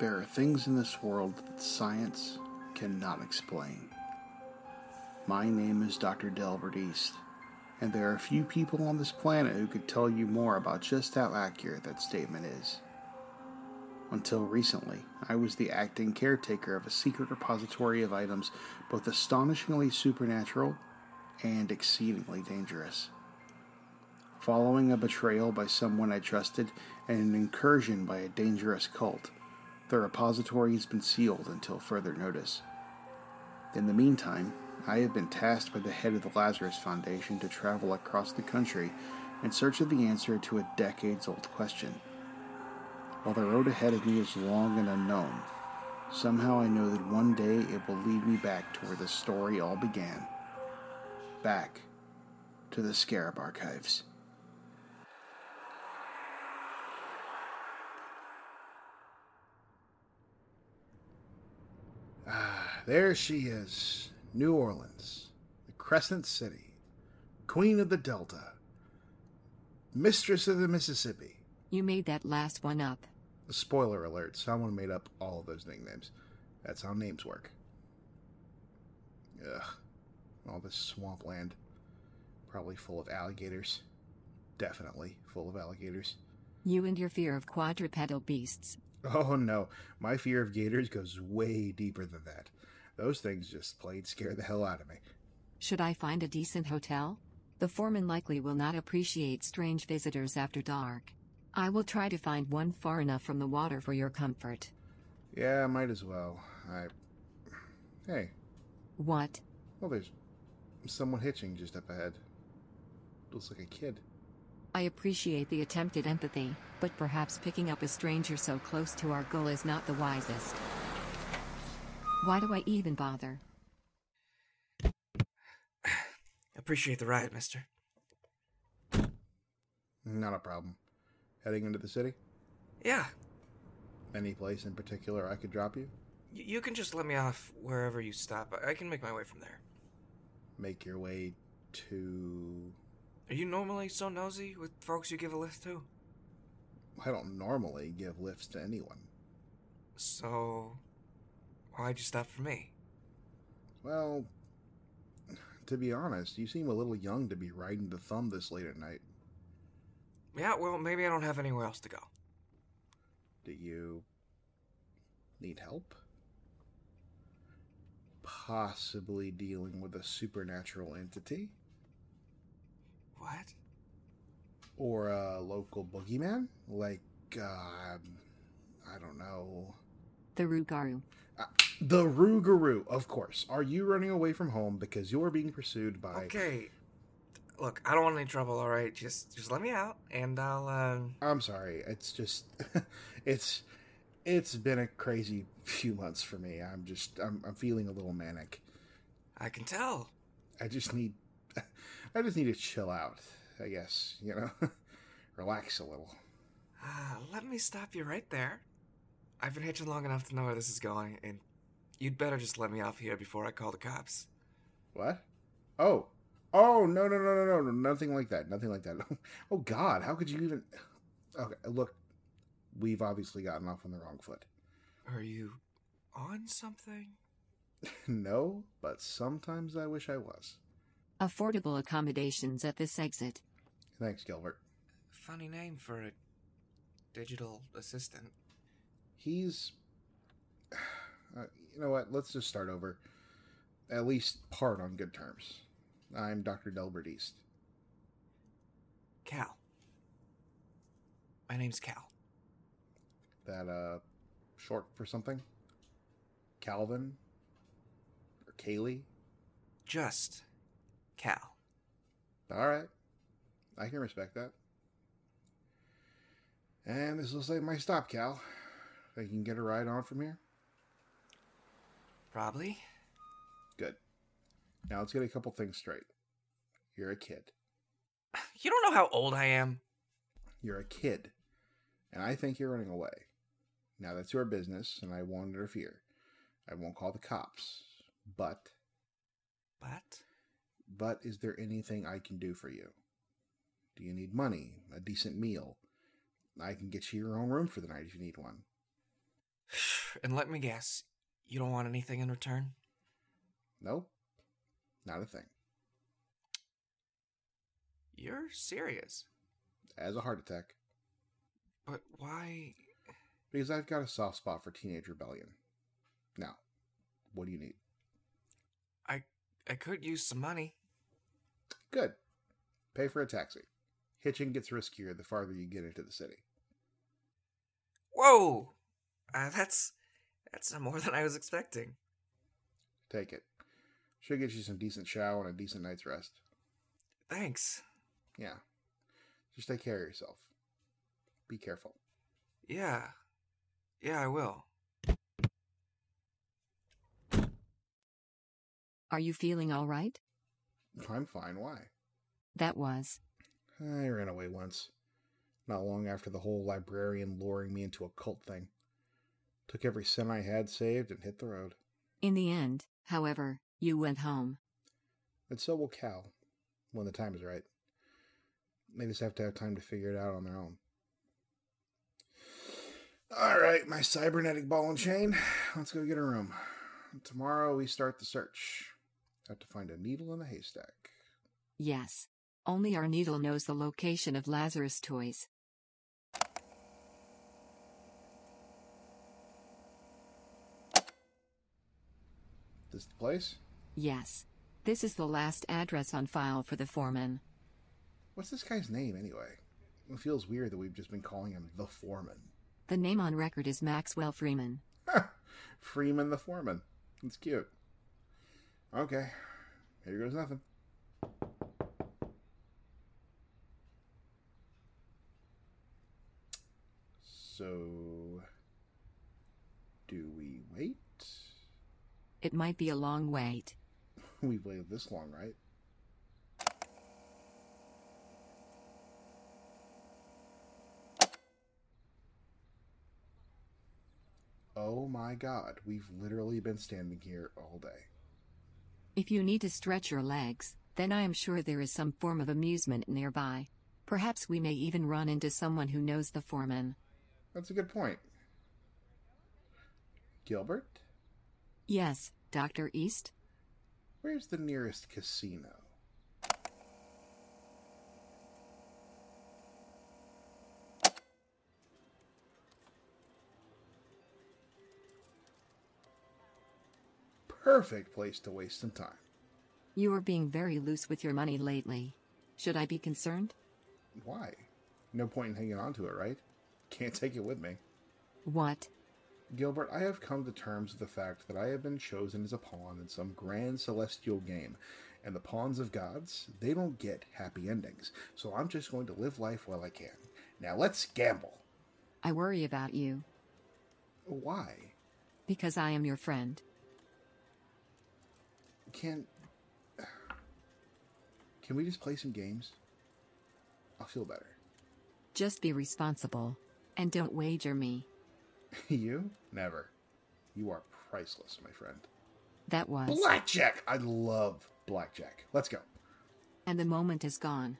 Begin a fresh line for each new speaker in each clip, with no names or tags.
There are things in this world that science cannot explain. My name is Dr. Delbert East, and there are few people on this planet who could tell you more about just how accurate that statement is. Until recently, I was the acting caretaker of a secret repository of items both astonishingly supernatural and exceedingly dangerous. Following a betrayal by someone I trusted and an incursion by a dangerous cult, the repository has been sealed until further notice. In the meantime, I have been tasked by the head of the Lazarus Foundation to travel across the country in search of the answer to a decades old question. While the road ahead of me is long and unknown, somehow I know that one day it will lead me back to where the story all began. Back to the Scarab Archives. Ah, there she is, New Orleans, the Crescent City, Queen of the Delta, Mistress of the Mississippi.
You made that last one up.
Spoiler alert, someone made up all of those nicknames. That's how names work. Ugh. All this swampland. Probably full of alligators. Definitely full of alligators.
You and your fear of quadrupedal beasts.
Oh no, my fear of gators goes way deeper than that. Those things just played scare the hell out of me.
Should I find a decent hotel? The foreman likely will not appreciate strange visitors after dark. I will try to find one far enough from the water for your comfort.
Yeah, might as well. I. Hey,
What?
well, there's someone hitching just up ahead. Looks like a kid.
I appreciate the attempted empathy, but perhaps picking up a stranger so close to our goal is not the wisest. Why do I even bother?
Appreciate the ride, mister.
Not a problem. Heading into the city?
Yeah,
Any place in particular I could drop you?
y- you can just let me off wherever you stop. I-, I can make my way from there.
Make your way to.
Are you normally so nosy with folks you give a lift to?
I don't normally give lifts to anyone.
So, why'd you stop for me?
Well, to be honest, you seem a little young to be riding the thumb this late at night.
Yeah, well, maybe I don't have anywhere else to go.
Do you need help? Possibly dealing with a supernatural entity?
What?
Or a local boogeyman? Like, uh, I don't know.
The Rugaru.
Uh, the Rougarou, of course. Are you running away from home because you are being pursued by.
Okay. Look, I don't want any trouble, alright? Just just let me out, and I'll, um.
I'm sorry. It's just it's it's been a crazy few months for me. I'm just I'm I'm feeling a little manic.
I can tell.
I just need I just need to chill out, I guess, you know. Relax a little.
Ah, let me stop you right there. I've been hitching long enough to know where this is going, and you'd better just let me off here before I call the cops.
What? Oh. Oh, no no no no no, no nothing like that. Nothing like that. oh god, how could you even Okay, look. We've obviously gotten off on the wrong foot.
Are you on something?
no, but sometimes I wish I was.
Affordable accommodations at this exit.
Thanks, Gilbert.
Funny name for a digital assistant.
he's uh, you know what let's just start over at least part on good terms i'm dr delbert east
Cal. My name's Cal.
that uh short for something calvin or kaylee
Just Cal.
all right i can respect that And this looks like my stop, Cal. If I can get a ride on from here.
Probably.
Good. Now let's get a couple things straight. You're a kid.
You don't know how old I am.
You're a kid. And I think you're running away. Now that's your business, and I won't interfere. I won't call the cops. But,
But
but is there anything I can do for you? Do you need money? A decent meal? I can get you your own room for the night if you need one.
and let me guess, you don't want anything in return?
Nope. Not a thing.
You're serious.
As a heart attack.
But why
Because I've got a soft spot for teenage rebellion. Now, what do you need?
I I could use some money.
Good. Pay for a taxi. Hitching gets riskier the farther you get into the city.
Whoa! Uh, that's that's more than I was expecting.
Take it. Should get you some decent shower and a decent night's rest.
Thanks.
Yeah. Just take care of yourself. Be careful.
Yeah. Yeah, I will.
Are you feeling all right?
I'm fine. Why?
That was.
I ran away once. Not long after the whole librarian luring me into a cult thing. Took every cent I had saved and hit the road.
In the end, however, you went home.
And so will Cal, when the time is right. They just have to have time to figure it out on their own. All right, my cybernetic ball and chain. Let's go get a room. Tomorrow we start the search. Have to find a needle in a haystack.
Yes. Only our needle knows the location of Lazarus Toys.
This the place?
Yes. This is the last address on file for the foreman.
What's this guy's name anyway? It feels weird that we've just been calling him the foreman.
The name on record is Maxwell Freeman.
Freeman the foreman. It's cute. Okay, here goes nothing. So, do we wait?
It might be a long wait.
We've waited this long, right? Oh my god, we've literally been standing here all day.
If you need to stretch your legs, then I am sure there is some form of amusement nearby. Perhaps we may even run into someone who knows the foreman.
That's a good point. Gilbert,
Yes, Dr. East?
where's the nearest casino? Perfect place to waste some time.
You are being very loose with your money lately. Should I be concerned?
Why? No point in hanging on to it, right? Can't take it with me.
What?
Gilbert, I have come to terms with the fact that I have been chosen as a pawn in some grand celestial game, and the pawns of gods, they don't get happy endings. So I'm just going to live life while I can. Now let's gamble.
I worry about you,
Why?
because I am your friend.
Can Can we just play some games? I'll feel better.
Just be responsible. And don't wager me.
you? Never. You are priceless, my friend.
That was.
Blackjack. I love blackjack. Let's go.
And the moment is gone.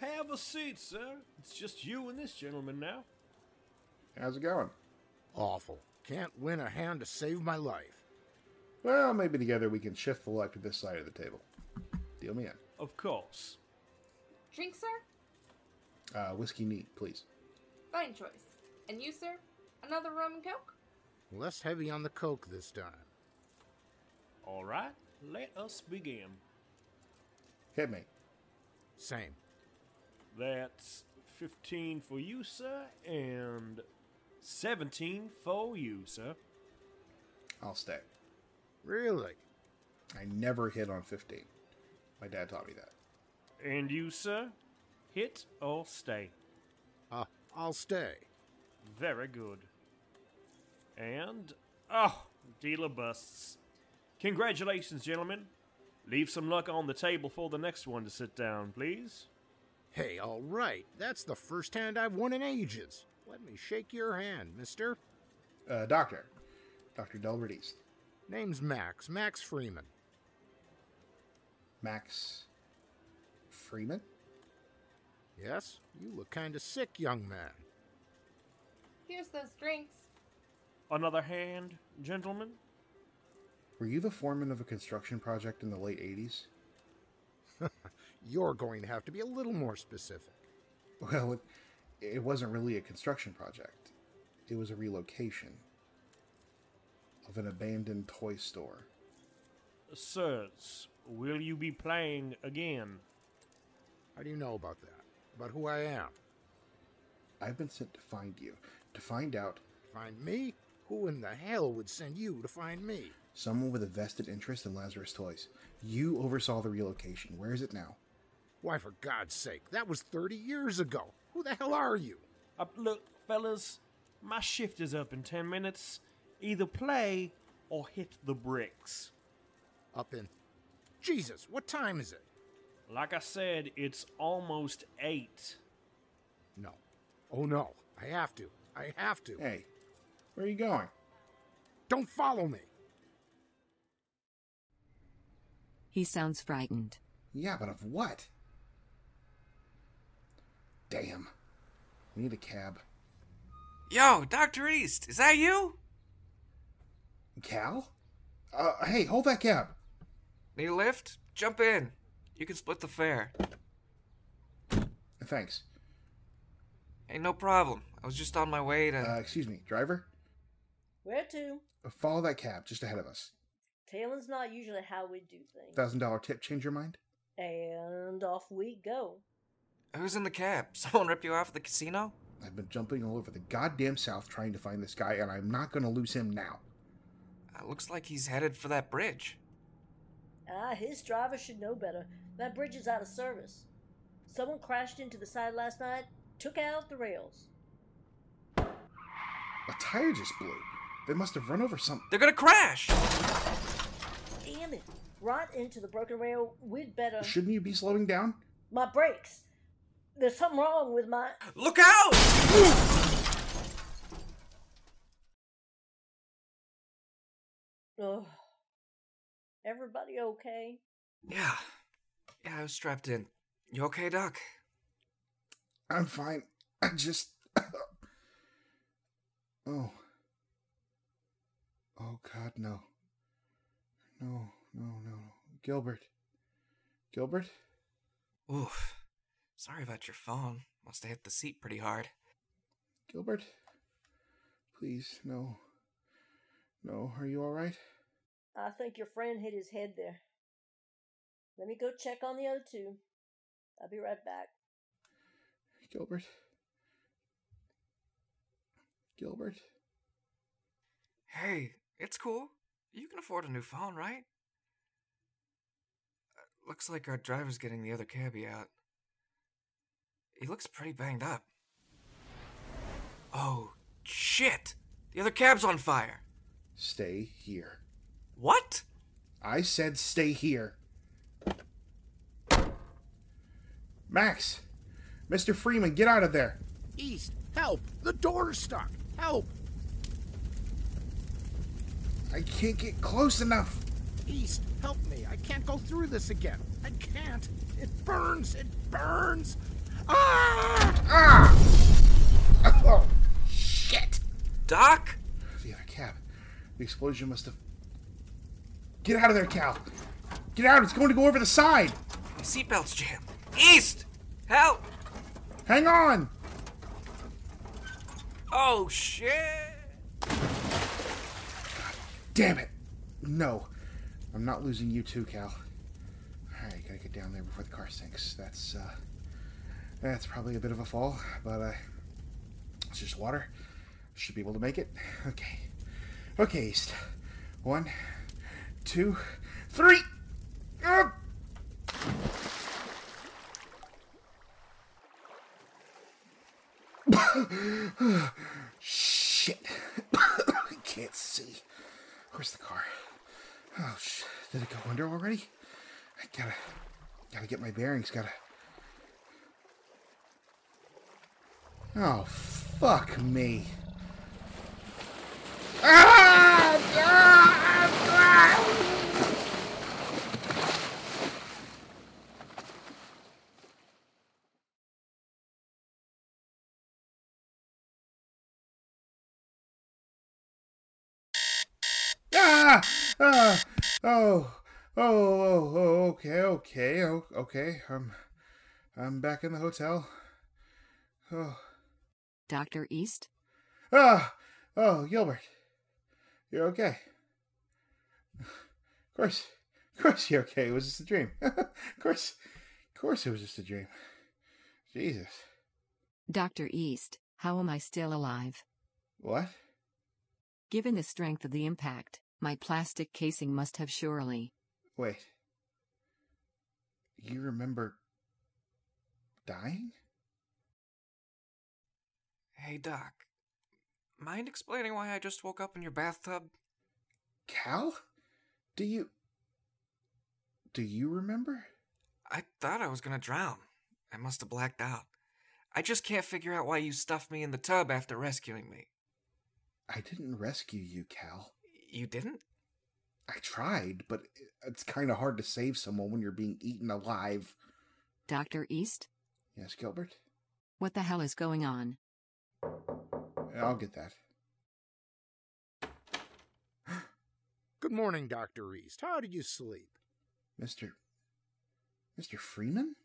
Have a seat, sir. It's just you and this gentleman now.
How's it going?
Awful. Can't win a hand to save my life.
Well, maybe together we can shift the luck to this side of the table. Deal me in.
Of course.
Drink, sir?
Uh, whiskey neat, please.
Fine choice. And you, sir? Another rum and coke?
Less heavy on the coke this time.
All right, let us begin.
Hit me.
Same.
That's 15 for you, sir, and 17 for you, sir.
I'll stay.
Really?
I never hit on 15. My dad taught me that.
And you, sir, hit or stay.
Uh, I'll stay.
Very good. And. Oh, dealer busts. Congratulations, gentlemen. Leave some luck on the table for the next one to sit down, please.
Hey, all right. That's the first hand I've won in ages. Let me shake your hand, mister.
Uh, doctor. Dr. Delbert East.
Name's Max, Max Freeman.
Max Freeman?
Yes? You look kinda sick, young man.
Here's those drinks.
Another hand, gentlemen?
Were you the foreman of a construction project in the late 80s?
You're going to have to be a little more specific.
Well, it, it wasn't really a construction project, it was a relocation of an abandoned toy store.
Sirs, will you be playing again?
How do you know about that? About who I am?
I've been sent to find you, to find out
Find me? Who in the hell would send you to find me?
someone with a vested interest in Lazarus Toys. You oversaw the relocation. Where is it now?
Why, for God's sake, that was 30 years ago. Who the hell are you?
Uh, look, fellas, my shift is up in 10 minutes. Either play or hit the bricks.
Up in. Jesus, what time is it?
Like I said, it's almost 8.
No. Oh no, I have to. I have to.
Hey, where are you going?
Don't follow me.
He sounds frightened.
Yeah, but of what? Damn. We need a cab.
Yo, Dr. East, is that you?
Cal? Uh, hey, hold that cab.
Need a lift? Jump in. You can split the fare.
Thanks.
Hey, no problem. I was just on my way to.
Uh, excuse me, driver?
Where to?
Follow that cab just ahead of us.
Tailing's not usually how we do things.
Thousand dollar tip, change your mind?
And off we go.
Who's in the cab? Someone ripped you off at the casino?
I've been jumping all over the goddamn south trying to find this guy, and I'm not gonna lose him now.
Uh, looks like he's headed for that bridge.
Ah, his driver should know better. That bridge is out of service. Someone crashed into the side last night, took out the rails.
A tire just blew. They must have run over some.
They're gonna crash!
Damn it! Right into the broken rail. We'd better.
Shouldn't you be slowing down?
My brakes. There's something wrong with my.
Look out!
Ugh. Everybody okay?
Yeah. Yeah, I was strapped in. You okay, Doc?
I'm fine. I just. oh. Oh, God, no. No, no, no. Gilbert. Gilbert?
Oof. Sorry about your phone. Must have hit the seat pretty hard.
Gilbert? Please, no. No, are you alright?
I think your friend hit his head there. Let me go check on the other two. I'll be right back.
Gilbert? Gilbert?
Hey, it's cool. You can afford a new phone, right? Uh, Looks like our driver's getting the other cabbie out. He looks pretty banged up. Oh, shit! The other cab's on fire!
Stay here.
What?
I said stay here. Max! Mr. Freeman, get out of there!
East, help! The door's stuck! Help!
I can't get close enough!
East, help me! I can't go through this again. I can't. It burns. It burns. Ah!
Ah! Oh, shit!
Doc?
The other cab. The explosion must have. Get out of there, Cal! Get out! It's going to go over the side!
My seatbelt's jammed. East! Help!
Hang on!
Oh, shit!
Damn it! No. I'm not losing you too, Cal. Alright, gotta get down there before the car sinks. That's, uh. That's probably a bit of a fall, but, uh. It's just water. Should be able to make it. Okay. Okay, East. One, two, three! Ah! Shit. I can't see. Where's the car? Oh, sh- did it go under already? I gotta, gotta get my bearings. Gotta. Oh, fuck me. Ah! Ah! Ah! Ah! Ah! Oh! Oh! Oh! Oh! Okay! Okay! Oh! Okay! I'm, I'm back in the hotel. Oh!
Dr. East?
Ah! Oh, Gilbert, you're okay. Of course, of course you're okay. It was just a dream. of course, of course it was just a dream. Jesus.
Dr. East, how am I still alive?
What?
Given the strength of the impact, my plastic casing must have surely.
Wait. You remember dying?
Hey, Doc. Mind explaining why I just woke up in your bathtub?
Cal? Do you Do you remember?
I thought I was gonna drown. I must have blacked out. I just can't figure out why you stuffed me in the tub after rescuing me.
I didn't rescue you, Cal.
You didn't?
I tried, but it- it's kind of hard to save someone when you're being eaten alive.
Dr. East?
Yes, Gilbert?
What the hell is going on?
I'll get that.
Good morning, Dr. East. How did you sleep?
Mr. Mr. Freeman?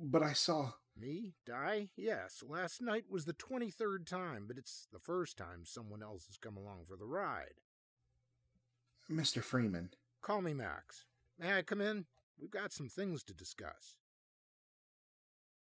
But I saw.
Me? Die? Yes. Last night was the 23rd time, but it's the first time someone else has come along for the ride.
Mr. Freeman.
Call me Max. May I come in? We've got some things to discuss.